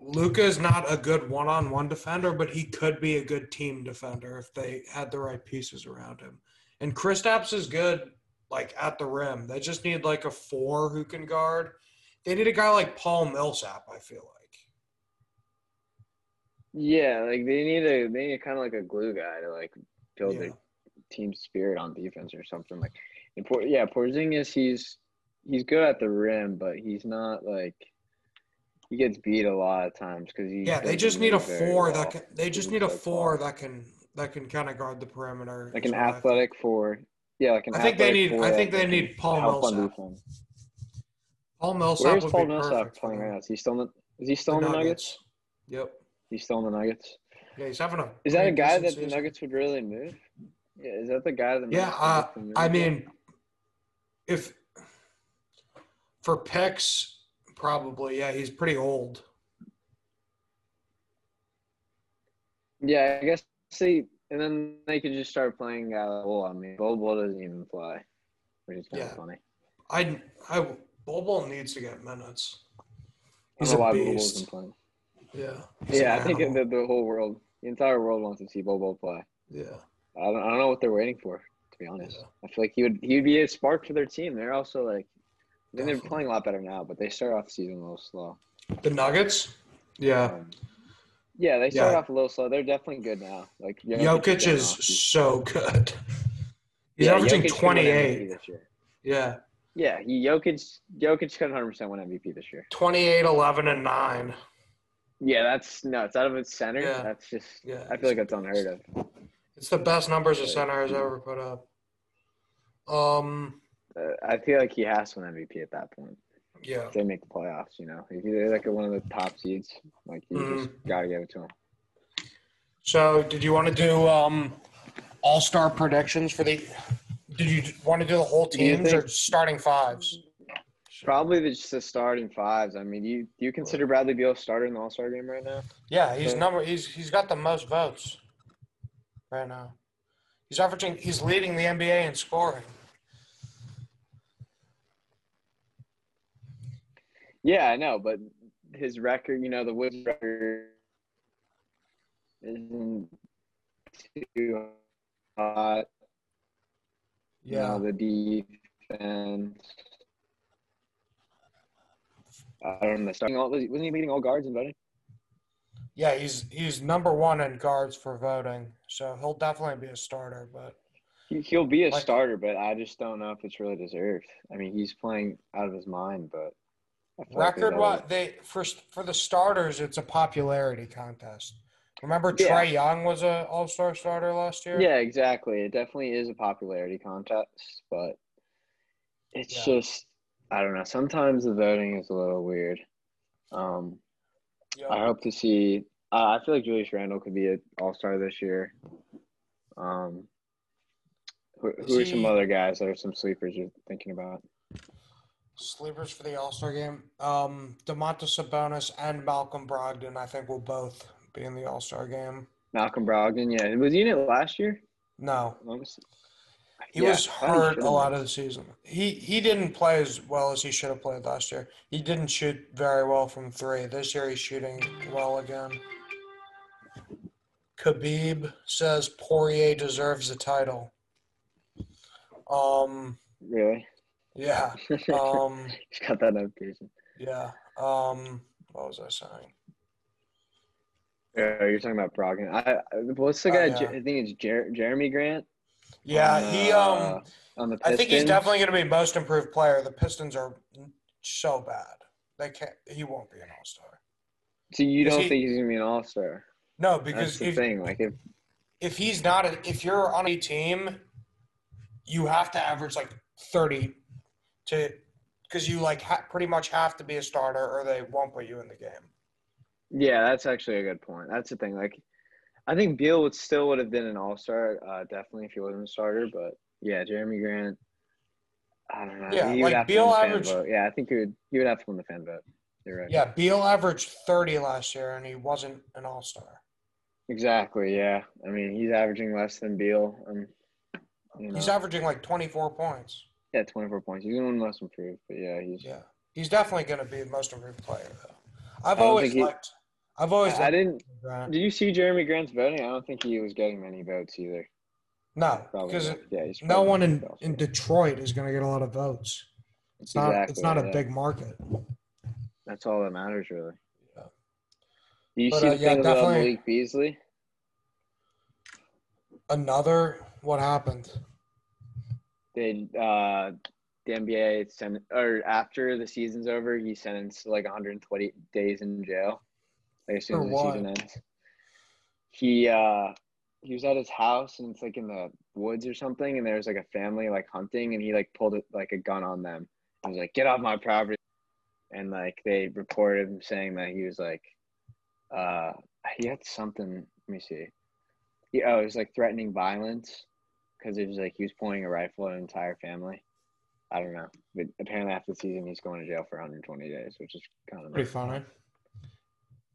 Luca is not a good one-on-one defender, but he could be a good team defender if they had the right pieces around him. And Kristaps is good like at the rim. They just need like a four who can guard. They need a guy like Paul Millsap. I feel like
Yeah, like they need a they need kind of like a glue guy to like build
yeah.
their team spirit on defense or something like. And Por- yeah, Porzingis, he's he's good at the rim, but he's not like he gets beat a lot of times because he.
Yeah, they
doesn't
just need a
move very
four
well.
that can. They just
Doesn't
need a
play
four
ball.
that can that can kind of guard the perimeter.
like
is
an
what I think.
athletic four. Yeah, like an.
I think they
athletic
need-
four
I think
that
they
can
need Paul
help on
Millsap.
defense.
Paul Millsap
Where's
would
Paul
be
Millsap
perfect for
playing
them.
right now? Is he still in the, is he still in the Nuggets?
Yep.
He's still in the Nuggets.
Yeah, he's having a.
Is that a
pretty
guy
decent
that the
season.
Nuggets would really move? Yeah, is that the guy that the
Yeah,
Nuggets would
uh,
look to move?
I mean, if for picks, probably yeah, he's pretty old.
Yeah, I guess. See, and then they could just start playing uh, Bull. I mean, Bull Bull doesn't even fly, which is kind
Yeah.
of funny.
I I Bol Bol needs to get minutes.
I
He's
don't know
a
why Bull Bull's
beast.
been playing.
Yeah. he's
Yeah,
an
I think
animal.
the, the whole world, the entire world wants to see Bull Bull play.
Yeah.
I don't, I don't know what they're waiting for, to be honest.
Yeah.
I feel like he would he would be a spark for their team. They're also like, I mean, they're
Definitely.
playing a lot better now, but they start off the season a little slow.
The Nuggets. Yeah.
Um, yeah, they start
Yeah.
off a little slow. They're definitely good now. Like
Jokic
getting
is
off. He's-
so good. He's
yeah,
averaging
Jokic could win MVP
28.
this year.
Yeah.
Yeah, he Jokic Jokic could 100 percent win MVP this year.
28, 11, and 9.
Yeah, that's nuts. Out of its center,
Yeah.
that's just.
Yeah.
I feel like that's unheard of.
It's the best numbers a center has ever put up. Um,
Uh, I feel like he has to win MVP at that point.
yeah,
If they make the playoffs, you know, if they're like one of the top seeds, like you just
Mm-hmm.
gotta give it to him.
So, did you want to do um, all star predictions for the? Did you want to do the whole
Do you
teams
think-
or starting fives?
Probably the, just the starting fives. I mean, do you do you consider Bradley Beal a starter in the All Star game right now?
Yeah, he's
So-
number. He's he's got the most votes right now. He's averaging. He's leading the NBA in scoring.
Yeah, I know, but his record, you know, the Woods record isn't too hot. You know, Uh, the fans. I don't know. Starting all, wasn't he leading all guards in voting?
Yeah, he's he's number one in guards for voting, so he'll definitely be a starter. But
He- He'll be a
Like-
starter, but I just don't know if it's really deserved. I mean, he's playing out of his mind, but I feel like there's
record
always-
wise, they for for the starters, it's a popularity contest. Remember
Yeah.
Trey Young was a All Star starter last year.
Yeah, exactly. It definitely is a popularity contest, but it's
Yeah.
just I don't know. Sometimes the voting is a little weird. Um,
Yep.
I hope to see. Uh, I feel like Julius Randle could be an All Star this year. Um, who,
Is
who are some
he-
other guys that are some sleepers you're thinking about?
Sleepers for the All Star game. Um, Demontis Sabonis and Malcolm Brogdon, I think, will both be in the All Star game.
Malcolm Brogdon, yeah, was he in it last year?
No,
Let me see.
he
Yeah, oh,
was
I thought he
hurt
should've
a
been.
lot of the season. He he didn't play as well as he should have played last year. He didn't shoot very well from three. This year he's shooting well again. Khabib says Poirier deserves the title. Um,
Really? *laughs*
yeah. Um.
He's got that notification.
Yeah. Um, what was I saying?
Yeah, you're talking about Brogdon. I, I what's the
Oh,
guy?
yeah.
Jer- I think it's Jer- Jeremy Grant.
Yeah,
on,
he
uh,
um
on the Pistons.
I think he's definitely going to be most improved player. The Pistons are so bad. They can't he won't be an all-star.
So you
is
don't
he-
think he's gonna be an All Star?
No,
That's
because
the
if,
thing. Like if
if he's not a, if you're on a team, you have to average like 30 to cuz you like ha- pretty much have to be a starter or they won't put you in the game.
yeah, that's actually a good point. That's the thing. Like I think Beal would still would have been an All Star, uh, definitely if he wasn't a starter. But yeah, Jeremy Grant. I don't know.
Yeah,
he would
like,
have to
Beal
win the fan
averaged-
vote. Yeah, I think he would. He would have to win the fan vote. You're right.
Yeah, Beal averaged 30 last year and he wasn't an all-star.
Exactly. Yeah. I mean, he's averaging less than Beal. Um, you know,
He's averaging like 24 points.
yeah, 24 points. He's gonna win most improved. But yeah, he's.
Yeah, he's definitely going to be the most improved player, though. I've
I don't
always
think he-
liked. I've always
I, I
liked
didn't.
Grant.
Did you see Jeremy Grant's voting? I don't think he was getting many votes either.
No,
Probably
because
not. yeah, he's
no
probably
one in,
not.
in Detroit is going to get a lot of votes. It's not. it's
Exactly,
not a
yeah.
big market.
That's all that matters, really.
Yeah.
Do you
But,
see
uh,
the
yeah,
thing about
definitely-
Malik Beasley?
Another. What happened?
They uh, the NBA sent or after the season's over, he sentenced to like 120 days in jail. Like as soon
For
as the
what?
season ends, he uh, he was at his house and it's like in the woods or something, and there was like a family like hunting, and he like pulled it, like a gun on them. He was like, "Get off my property," and like they reported him saying that he was like, uh, he had something. Let me see. He, oh, it was like threatening violence because it was like he was pointing a rifle at an entire family. I don't know, but apparently after the season, he's going to jail for 120 days, which is kind of
Pretty
nuts.
funny.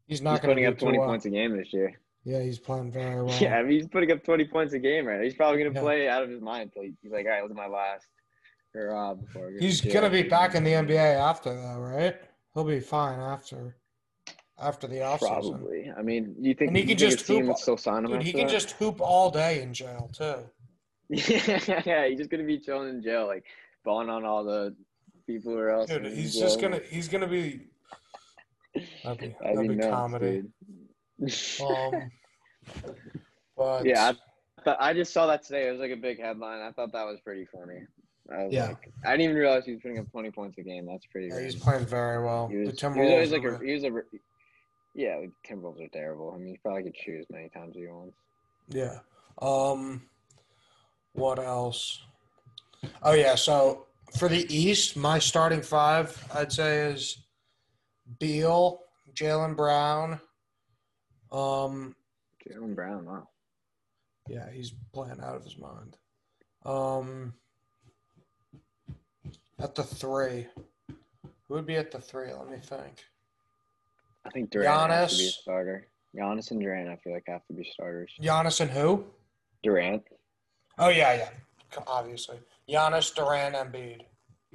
He's
He's
not going
putting
to
up
do too
20
well.
points a game this year.
Yeah, he's playing
*laughs*
very well.
Yeah, I mean, he's putting up 20 points a game right now. He's probably going to
Yeah.
play out of his mind until he- he's like, all right, what's my last hurrah before I go
He's
jail?"
going to be back in the NBA after, though, right? He'll be fine after. After the offseason.
Probably. I mean, you think
And he
you
can
think his
just
team
hoop-
would still sign him?
Dude, he
after
can
that?
just hoop all day in jail too.
yeah, he's just gonna be chilling in jail, like balling on all the people who are else.
Dude,
in
he's
jail.
just gonna he's gonna be that'd be,
That'd be nuts,
comedy.
dude. *laughs*
Um but
yeah, I, thought, I just saw that today. It was like a big headline. I thought that was pretty funny. I was
Yeah.
like, I didn't even realize he was putting up twenty points a game. That's pretty.
yeah, he's
random.
playing very well.
He was,
the
he was always
Timberwolves
like a,
were-
he was a, yeah, the Timberwolves are terrible. I mean, you probably could choose many times you want.
Yeah. Um what else? Oh yeah, so for the East, my starting five I'd say is Beal, Jalen Brown, um
Jalen Brown, wow.
Yeah, he's playing out of his mind. Um, at the three, who would be at the three? Let me think.
I think Durant has to be a
Giannis.
starter. Giannis and Durant, I feel like have to be starters.
Giannis and who?
Durant,
Oh yeah, yeah, C- obviously. Giannis, Durant, Embiid.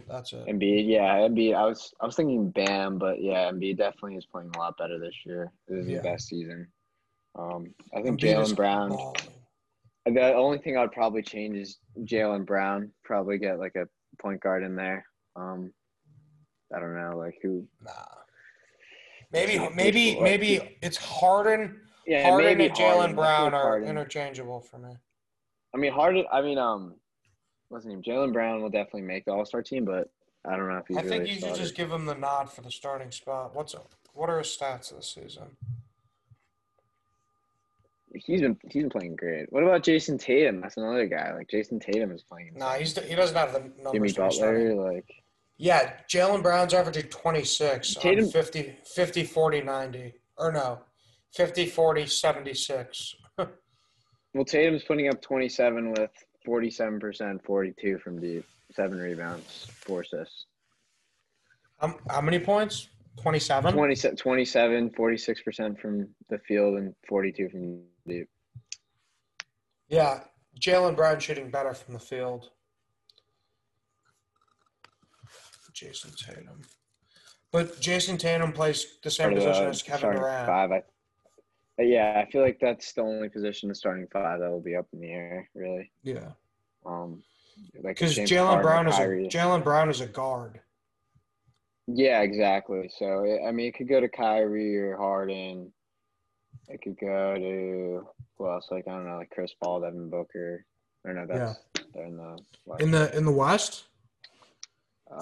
That's it.
Embiid, yeah, Embiid. I was I was thinking Bam, but yeah, Embiid definitely is playing a lot better this year. This is
Yeah.
his best season. Um, I think
Embiid is
Jalen Brown.
balling.
The only thing I'd probably change is Jalen Brown. Probably get like a point guard in there. Um, I don't know, like who.
Nah. Maybe maybe
Like-
maybe it's Harden.
Yeah,
Harden
maybe
and Jalen
Harden.
Brown are
Harden.
interchangeable for me.
I mean, Harden. I mean, um, what's his name? Jalen Brown will definitely make the All Star team, but I don't know if he's
I think
really
you should
started.
just give him the nod for the starting spot. What's what are his stats this season?
He's been he's been playing great. What about Jason Tatum? That's another guy. Like Jason Tatum is playing.
Nah, he's he doesn't have the numbers.
Jimmy
to be starting.
Butler, like
Yeah, Jalen Brown's averaging 26
Tatum-
on 50, 50, 40, 90. Or no, 50, 40, 76.
well, Tatum's putting up 27 with 47 percent, 42 from deep, seven rebounds, four assists,
Um, how many points? 27?
20, 27, 46 percent from the field, and 42 from deep.
Yeah, Jalen Brown shooting better from the field. Jason Tatum. But Jason Tatum plays the same
Part of the
position as Kevin
starting
Durant.
uh, Five. I, but yeah, I feel like that's the only position the starting five that will be up in the air, really.
Yeah.
Um, like
Because
James
Jalen
Harden,
Brown is a
Kyrie.
Jalen Brown is a guard.
Yeah, exactly. So it- I mean, it could go to Kyrie or Harden. It could go to who else? Like I don't know, like Chris Paul, Devin Booker. Or no, that's they're in the West.
In the in the West?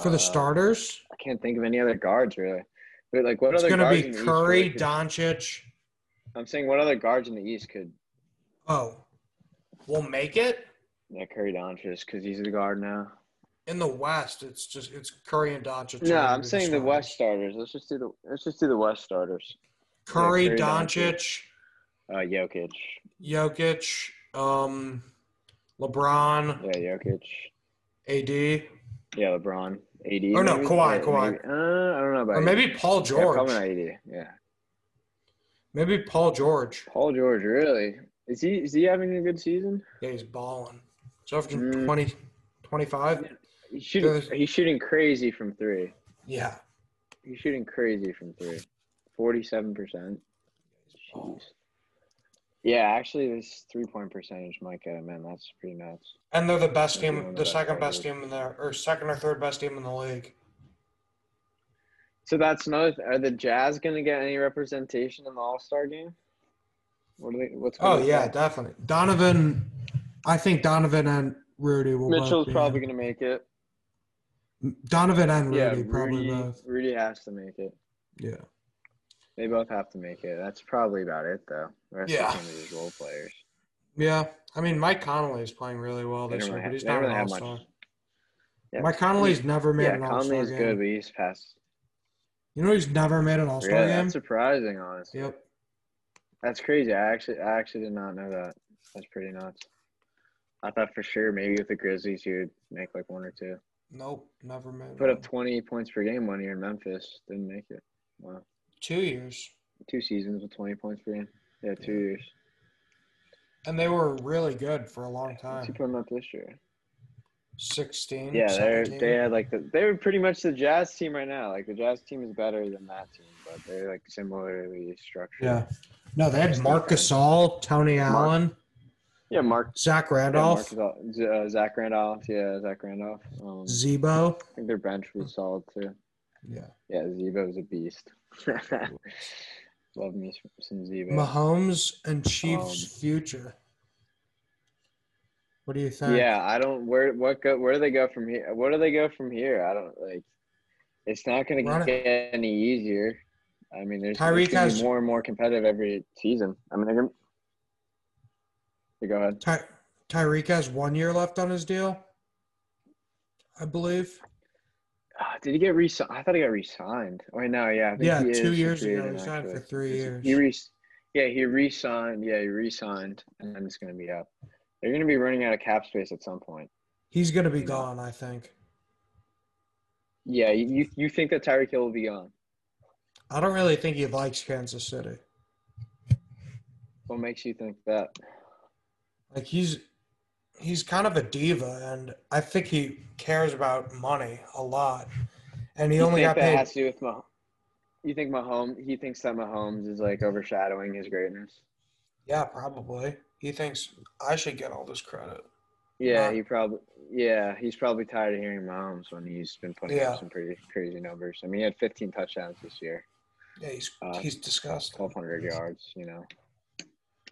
For
Uh,
the starters?
I can't think of any other guards really. But like, what
It's
other
going to
guards
be
in the East
Curry,
really could-
Doncic.
I'm saying, what other guards in the East could?
Oh, we'll make it
Yeah, Curry, Doncic, because he's the guard now.
in the West. It's just it's Curry and Doncic.
No,
are
I'm
the
saying the
starters.
West starters. Let's just do the let's just do the West starters.
Curry,
Curry,
Doncic,
Uh, Jokic,
Jokic, um, LeBron,
yeah, Jokic,
AD,
yeah, LeBron, AD.
Oh, no,
maybe?
Kawhi,
Yeah,
Kawhi.
maybe. Uh, I don't know about
or
AD.
maybe Paul
Yeah, probably
George.
not AD. Yeah,
Maybe Paul George.
Paul George really is he? Is he having a good season?
Yeah, he's balling. He's averaging
Mm.
20, 25.
He's shooting.
There's-
He's shooting crazy from three.
Yeah,
He's shooting crazy from three. Forty-seven percent. Jeez. Yeah, actually, this three-point percentage might get him in. That's pretty nuts.
and they're the best
Maybe one
team,
of
the
the
second
best
best team in the or second or third best team in the league.
So that's another. Th- are the Jazz going to get any representation in the All Star game? What are they? What's
Oh
going
yeah, definitely. Donovan, I think Donovan and Rudy will. both
Mitchell's
be
probably going to make it.
in. Donovan and Rudy
yeah,
probably
Rudy.
both.
Rudy has to make it.
Yeah.
They both have to make it. That's probably about it, though. The rest
Yeah.
of the team are just role players.
Yeah, I mean Mike Connolly is playing really well
They
this
don't
year, but
really have,
he's
they
not
don't
an
really
all
have much.
star.
Yeah.
Mike Connolly's never made
Yeah,
an all
Conley
star
is
game.
good, but he's past.
You know he's never made an all star
Yeah,
game.
that's surprising, honestly.
Yep.
That's crazy. I actually, I actually did not know that. That's pretty nuts. I thought for sure maybe with the Grizzlies he would make like one or two.
Nope. Never made.
Put
one.
up 20 points per game one year in Memphis. Didn't make it. Wow.
two years,
Two seasons with 20 points per game. Yeah, two years.
and they were really good for a long
What's he
time.
put them up this year?
Sixteen.
Yeah, they're,
17.
they had like the, they were pretty much the Jazz team right now. Like the Jazz team is better than that team, but they're like similarly structured.
Yeah. No, they had
Just
Marc
defense.
Gasol, Tony
Marc-
Allen,
Yeah, Mark.
Zach
Yeah, Mark
Randolph,
is all- Z- uh, Zach Randolph. Yeah, Zach Randolph. Um, I
Zebo.
think their bench was
Hmm.
solid too.
Yeah.
Yeah, Zebo's a beast. *laughs* Love me some Zebo.
Mahomes and Chiefs
Um,
future. What do you think?
Yeah, I don't. Where what go? Where do they go from here? Where do they go from here? I don't like. It's not going
Run
to
it.
get any easier. I mean, there's
Tyreek
it's gonna
has-
be more and more competitive every season. I mean, they're gonna. Yeah, Go ahead.
Ty- Tyreek has one year left on his deal, I believe.
Ah, did he get re I thought he got re-signed. Wait, no, yeah. I think
Yeah,
he
two
is a
years
free
ago.
agent,
He signed for
actually.
three years.
It's- He re- yeah, he re-signed. Yeah, he re-signed, and then it's going to be up. They're going to be running out of cap space at some point.
He's going to be
Yeah.
gone, I think.
Yeah, you you think that Tyreek Hill will be gone?
I don't really think he likes Kansas City.
What makes you think that?
Like he's he's kind of a diva and I think he cares about money a lot. And he
You
only
think
got
that
paid
has to do with Mahomes? You think Mahomes? He thinks that Mahomes is like overshadowing his greatness.
Yeah, probably. He thinks I should get all this credit.
Yeah,
Not-
he probably. Yeah, he's probably tired of hearing Mahomes when he's been putting
Yeah.
up some pretty crazy numbers. I mean, he had 15 touchdowns this year,
Yeah, he's
Uh,
he's disgusting.
1,200 yards. You know,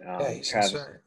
um,
Yeah, he's
Travis
insane.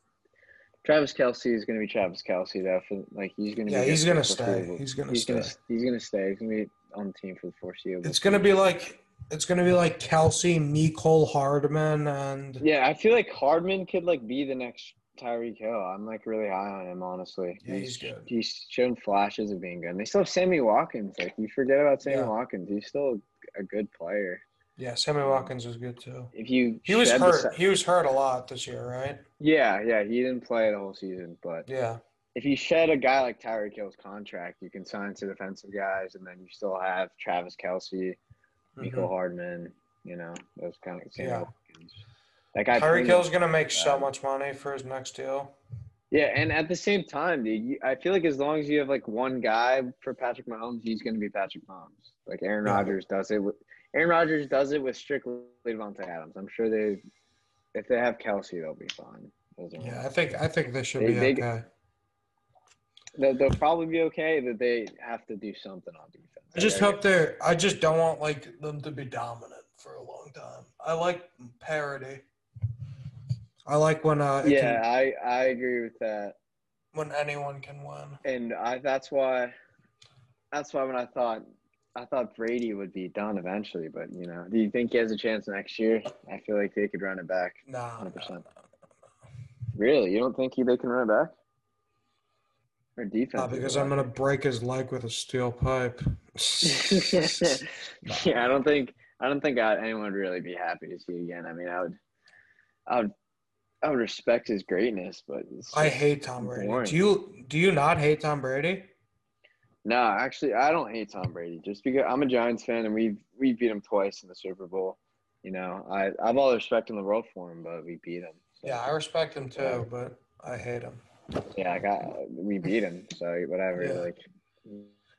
Travis Kelsey is going to be Travis Kelsey though. For, like he's going to.
Yeah,
be
he's
good
gonna
for
stay.
foreseeable-
He's gonna
He's
stay.
going to. He's going to stay. He's going to be on the team for the foreseeable.
It's gonna be like it's gonna be like Kelsey, Nicole Hardman, and
Yeah, I feel like Hardman could like be the next Tyreek Hill. I'm like really high on him, honestly.
Yeah, he's good.
He's shown flashes of being good. And they still have Sammy Watkins. Like you forget about Sammy
Yeah.
Watkins. He's still a good player.
yeah, Sammy Watkins was good too.
If you
He was
shed the
hurt.
si-
He was hurt a lot this year, right?
yeah, yeah, he didn't play the whole season, but
Yeah,
if you shed a guy like Tyreek Hill's contract, you can sign some defensive guys, and then you still have Travis Kelsey, Miko
Mhm. Hardman.
Hardman. You know those kind of Sammy
Yeah.
Watkins. That guy.
Tyreek
proves-
Hill's gonna make so
Um,
much money for his next deal.
Yeah, and at the same time, dude, you, I feel like as long as you have like one guy for Patrick Mahomes, he's going to be Patrick Mahomes. Like Aaron
Yeah.
Rodgers does it with Aaron Rodgers does it with strictly Devonta Adams. I'm sure they, if they have Kelsey, they'll be fine. Doesn't
Yeah, I
matter.
think I think this should
They-
be
they-
okay.
They'll, they'll probably be okay. That they have to do something on defense.
I just
Like,
hope they're. I just don't want like them to be dominant for a long time. I like parity. I like when uh, it
Yeah,
can,
I I agree with that,
when anyone can win.
and I that's why, that's why when I thought. I thought Brady would be done eventually, but you know, do you think he has a chance next year? I feel like they could run it back.
Nah, nah,
100%.
nah.
Really? You don't think he, they can run it back? Or defense?
Nah, because I'm gonna break his leg with a steel
*laughs*
pipe. *laughs*
yeah, I don't think I don't think I, anyone would really be happy to see again. I mean, I would, I would, I would respect his greatness, but it's
I
just-
hate Tom Brady.
Boring.
Do you do you not hate Tom Brady?
No, actually, I don't hate Tom Brady just because I'm a Giants fan and we we beat him twice in the Super Bowl. You know, I I have all the respect in the world for him, but we beat him. So,
Yeah, I respect him too,
Yeah.
but I hate him.
yeah, I got we beat him. So whatever,
Yeah.
like.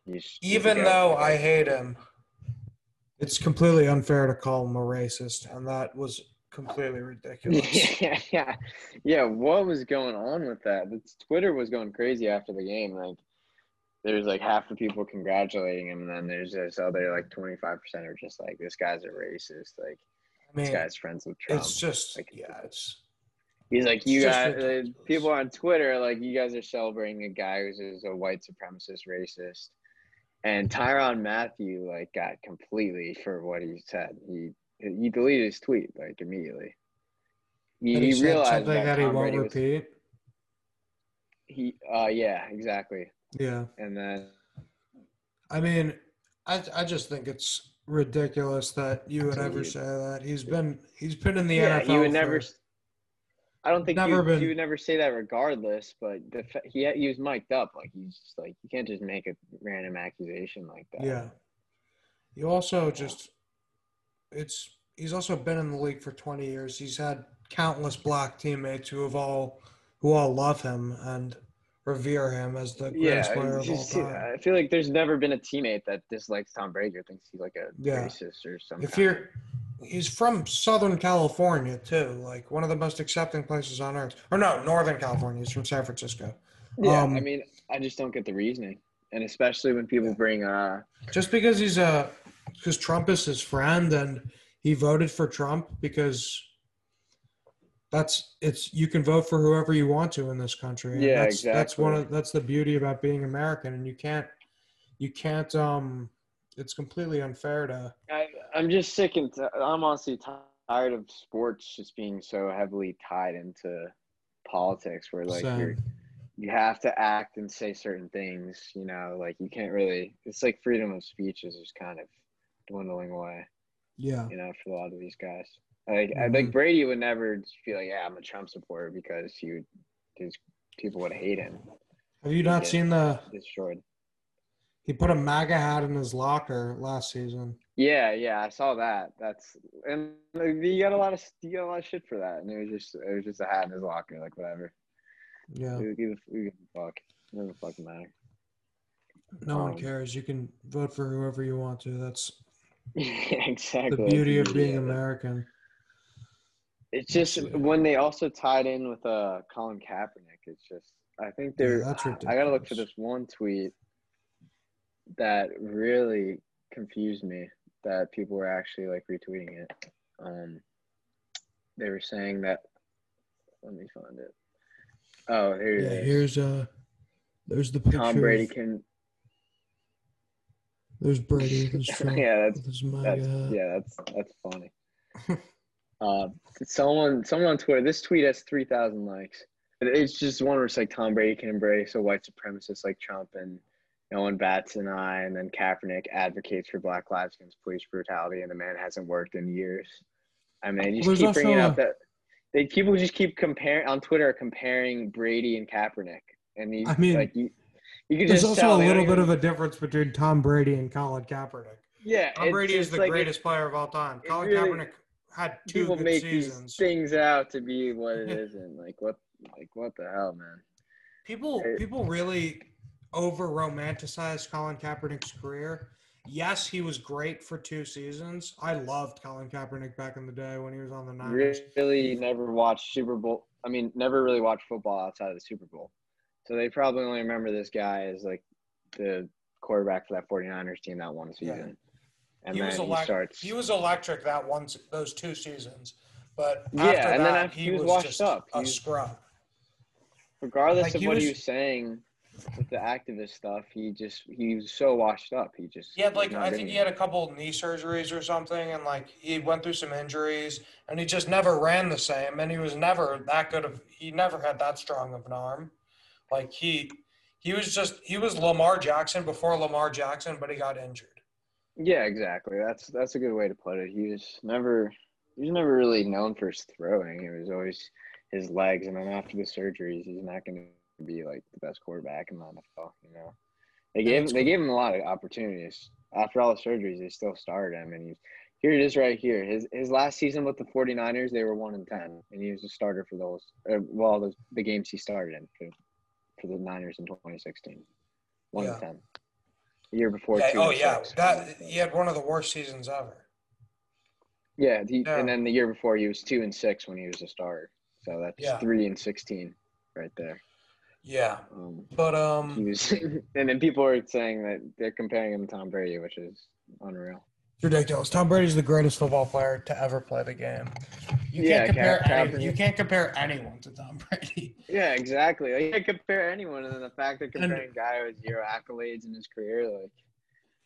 he's- he's a
Even
goat.
though I hate him, it's completely unfair to call him a racist, and that was completely
*laughs*
ridiculous.
yeah, yeah, yeah. What was going on with that? The Twitter was going crazy after the game. Like, there's like half the people congratulating him, and then there's this other like 25 percent are just like, "This guy's a racist. Like,
I mean,
this guy's friends with Trump."
it's just
Like-
yeah, it's
He's like, "You
it's just
guys, uh,
ridiculous.
people on Twitter, are like, you guys are celebrating a guy who's is a white supremacist racist." And Tyron Matthew like got completely for what he said. He he deleted his tweet like immediately. He,
But he
he
said
realized
something that he
Tom
won't
Brady was-
repeat.
He, uh, yeah, exactly.
Yeah,
And then,
I mean, I I just think it's ridiculous that you would ever
Dude.
say that. He's been he's been in the
yeah,
NFL.
you would
for-
never. I don't think
Never
you,
been-
you would never say that regardless, but the, fa- he had- he was mic'd up like he's just like you can't just make a random accusation like that.
Yeah. You also just it's he's also been in the league for 20 years. He's had countless black teammates who have all who all love him and revere him as the greatest
yeah.
player
it's
of all
just-
time.
I feel like there's never been a teammate that dislikes Tom Brady or thinks he's like a
Yeah.
racist or something.
If you're he's from Southern California too, like one of the most accepting places on earth. Or no, Northern California. He's from San Francisco.
yeah,
um,
I mean, I just don't get the reasoning, and especially when people bring uh,
Just because he's a because Trump is his friend and he voted for Trump because that's it's you can vote for whoever you want to in this country. and
Yeah,
that's, That's one
exactly.
of that's the beauty about being American, and you can't you can't um it's completely unfair to
I, I'm just sick and t- I'm honestly tired of sports just being so heavily tied into politics, where like
Sam.
you're, you have to act and say certain things. You know, like you can't really. It's like freedom of speech is just kind of dwindling away.
yeah
You know, for a lot of these guys, like I
Mm-hmm.
like Brady would never be like, yeah, I'm a Trump supporter because he would, these people would hate him,
have you not
Yeah.
seen the
destroyed.
he put a MAGA hat in his locker last season
Yeah, yeah, I saw that. That's and like, you got a lot of you got a lot of shit for that, and it was just it was just a hat in his locker, like whatever.
yeah
We give a- we give a fuck. It doesn't fucking matter. *laughs*
no one
Um,
cares you can vote for whoever you want to that's
yeah, exactly.
the
that's
beauty of being
it.
American
It's just when they also tied in with uh Colin Kaepernick. It's just I think there.
Yeah, that's
I gotta look for
ridiculous.
this one tweet that really confused me. That people were actually like retweeting it. Um, they were saying that. Let me find it. Oh, here it is.
Yeah, here's uh, there's the picture.
Tom Brady
of-
can. *laughs*
There's Brady.
*laughs*
There's Trump.
yeah, that's
There's
Oh,
my
That's
uh,
yeah, that's that's
*laughs*
funny. uh, someone someone on Twitter. This tweet has three thousand likes. And It's just one where it's like Tom Brady can embrace a white supremacist like Trump, and no one bats an eye. And then Kaepernick advocates for Black lives against police brutality, and the man hasn't worked in years. I mean, they just
There's
keep
also
bringing
a-
up that they people just keep comparing on Twitter comparing Brady and Kaepernick, and these
I mean,
like you, you can
There's
just tell
also a
they don't
little bit of
even-
a difference between Tom Brady and Colin Kaepernick.
yeah.
Tom
it's
Brady is
just
the
like it-
greatest player of all time.
it
Colin
really-
Kaepernick had two
people
good
make
seasons.
these things out to be what it isn't. Like what? Like what the hell,
*laughs*
man?
People
It-
people really over romanticize Colin Kaepernick's career. Yes, he was great for two seasons. I loved Colin Kaepernick back in the day when he was on the Niners.
Really, never watched Super Bowl. I mean, never really watched football outside of the Super Bowl. So they probably only remember this guy as like the quarterback for that 49ers team that one
Yeah.
season. And
He
then
was
he
elect-
starts.
He was electric that once those two seasons. But after
Yeah, and then
that,
after-
he,
he was
was,
washed
just
up.
a
He was-
scrub.
regardless
like,
of
he
what he
was-
was saying with the activist stuff, he just he was so washed up. He just
He had like
was not
I
doing
think he
it.
had a couple knee surgeries or something, and like he went through some injuries, and he just never ran the same, and he was never that good of he never had that strong of an arm, like he he was just he was Lamar Jackson before Lamar Jackson, but he got injured.
Yeah, exactly. That's that's a good way to put it. He was never he was never really known for his throwing. It was always his legs, and then after the surgeries, he's not going to be like the best quarterback in the NFL. You know, they gave him
that's
they gave him a lot of opportunities. After all the surgeries, they still started him, and he here it is right here. His his last season with the 49ers, they were one and ten, and he was a starter for those uh, well the, the games he started in for, for the Niners in 2016, one and
Yeah.
ten. The year before,
Yeah,
two
oh
and
yeah,
six.
that he had one of the worst seasons ever.
Yeah, he,
Yeah.
and then the year before he was two and six when he was a starter. So that's
Yeah.
three and sixteen right there.
Yeah,
Um,
but
he
um,
was, *laughs* and then people are saying that they're comparing him to Tom Brady, which is unreal.
it's ridiculous. Tom Brady's the greatest football player to ever play the game. You
Yeah,
can't compare
Ka-
any,
Kaepernick.
you can't compare anyone to Tom Brady. *laughs*
Yeah, exactly. Like, you can't compare anyone, and then the fact they're
And-
comparing a guy with zero accolades in his career, like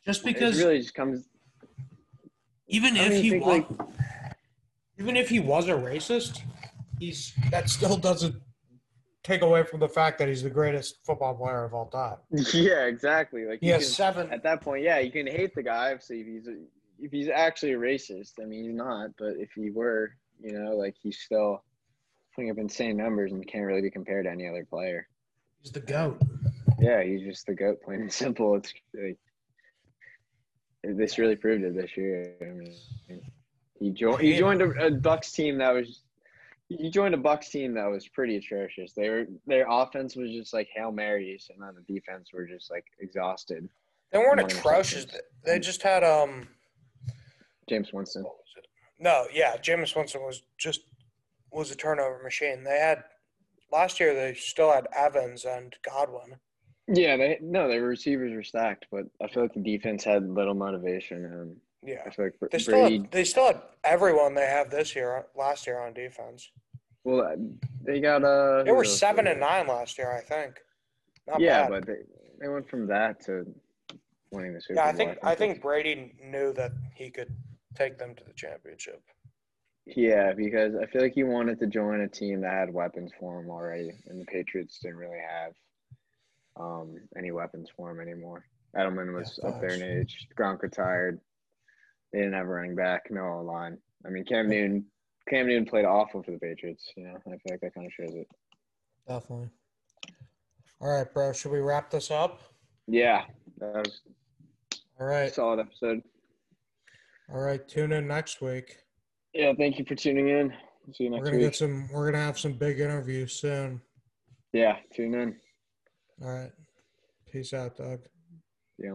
Just
because
because
it really just comes. *laughs*
even
I don't
if
even
he
think,
was, even if he was a racist, he's that still doesn't take away from the fact that he's the greatest football player of all time.
Yeah, exactly. Like
He
you
has
can-
seven.
at that point, yeah, you can hate the guy. Obviously, if he's a, if he's actually a racist, I mean, he's not. But if he were, you know, like he's still putting up insane numbers and can't really be compared to any other player.
He's the goat.
Yeah, he's just the goat, plain and simple. It's like this really proved it this year. I mean, he joined. He joined a, a Bucks team that was. He joined a Bucks team that was pretty atrocious. They were their offense was just like hail marys, and on the defense were just like exhausted.
They
weren't atrocious. They
just had um.
James Winston.
No, yeah, Jameis Winston was just was a turnover machine. They had last year. They still had Evans and Godwin.
Yeah, they no, their receivers were stacked, but I feel like the defense had little motivation. Um,
Yeah,
I feel like Br-
they still
Brady.
had, they still had everyone they have this year. Last year on defense.
Well, uh, they got uh.
They
who
were
else
seven
they
and
got?
nine last year, I think. Not
Yeah,
bad.
but they, they went from that to winning the Super
yeah, I
Bowl.
think I
that's-
think Brady knew that he could take them to the championship.
Yeah, because I feel like he wanted to join a team that had weapons for him already, and the Patriots didn't really have um, any weapons for him anymore. Edelman was
Yeah,
up there in
facts.
age. Gronk retired. They didn't have a running back, no O line. I mean, Cam Newton. Cam Newton played awful for the Patriots. You know, I feel like that kind of shows it.
Definitely. All right, bro. Should we wrap this up?
Yeah, that was
All
a
right.
solid episode.
All right. Tune in next week.
Yeah, thank you for tuning in. See you
We're
next
gonna
week.
get some. We're gonna have some big interviews soon.
Yeah, tune in.
All right. Peace out, Doug.
Yeah.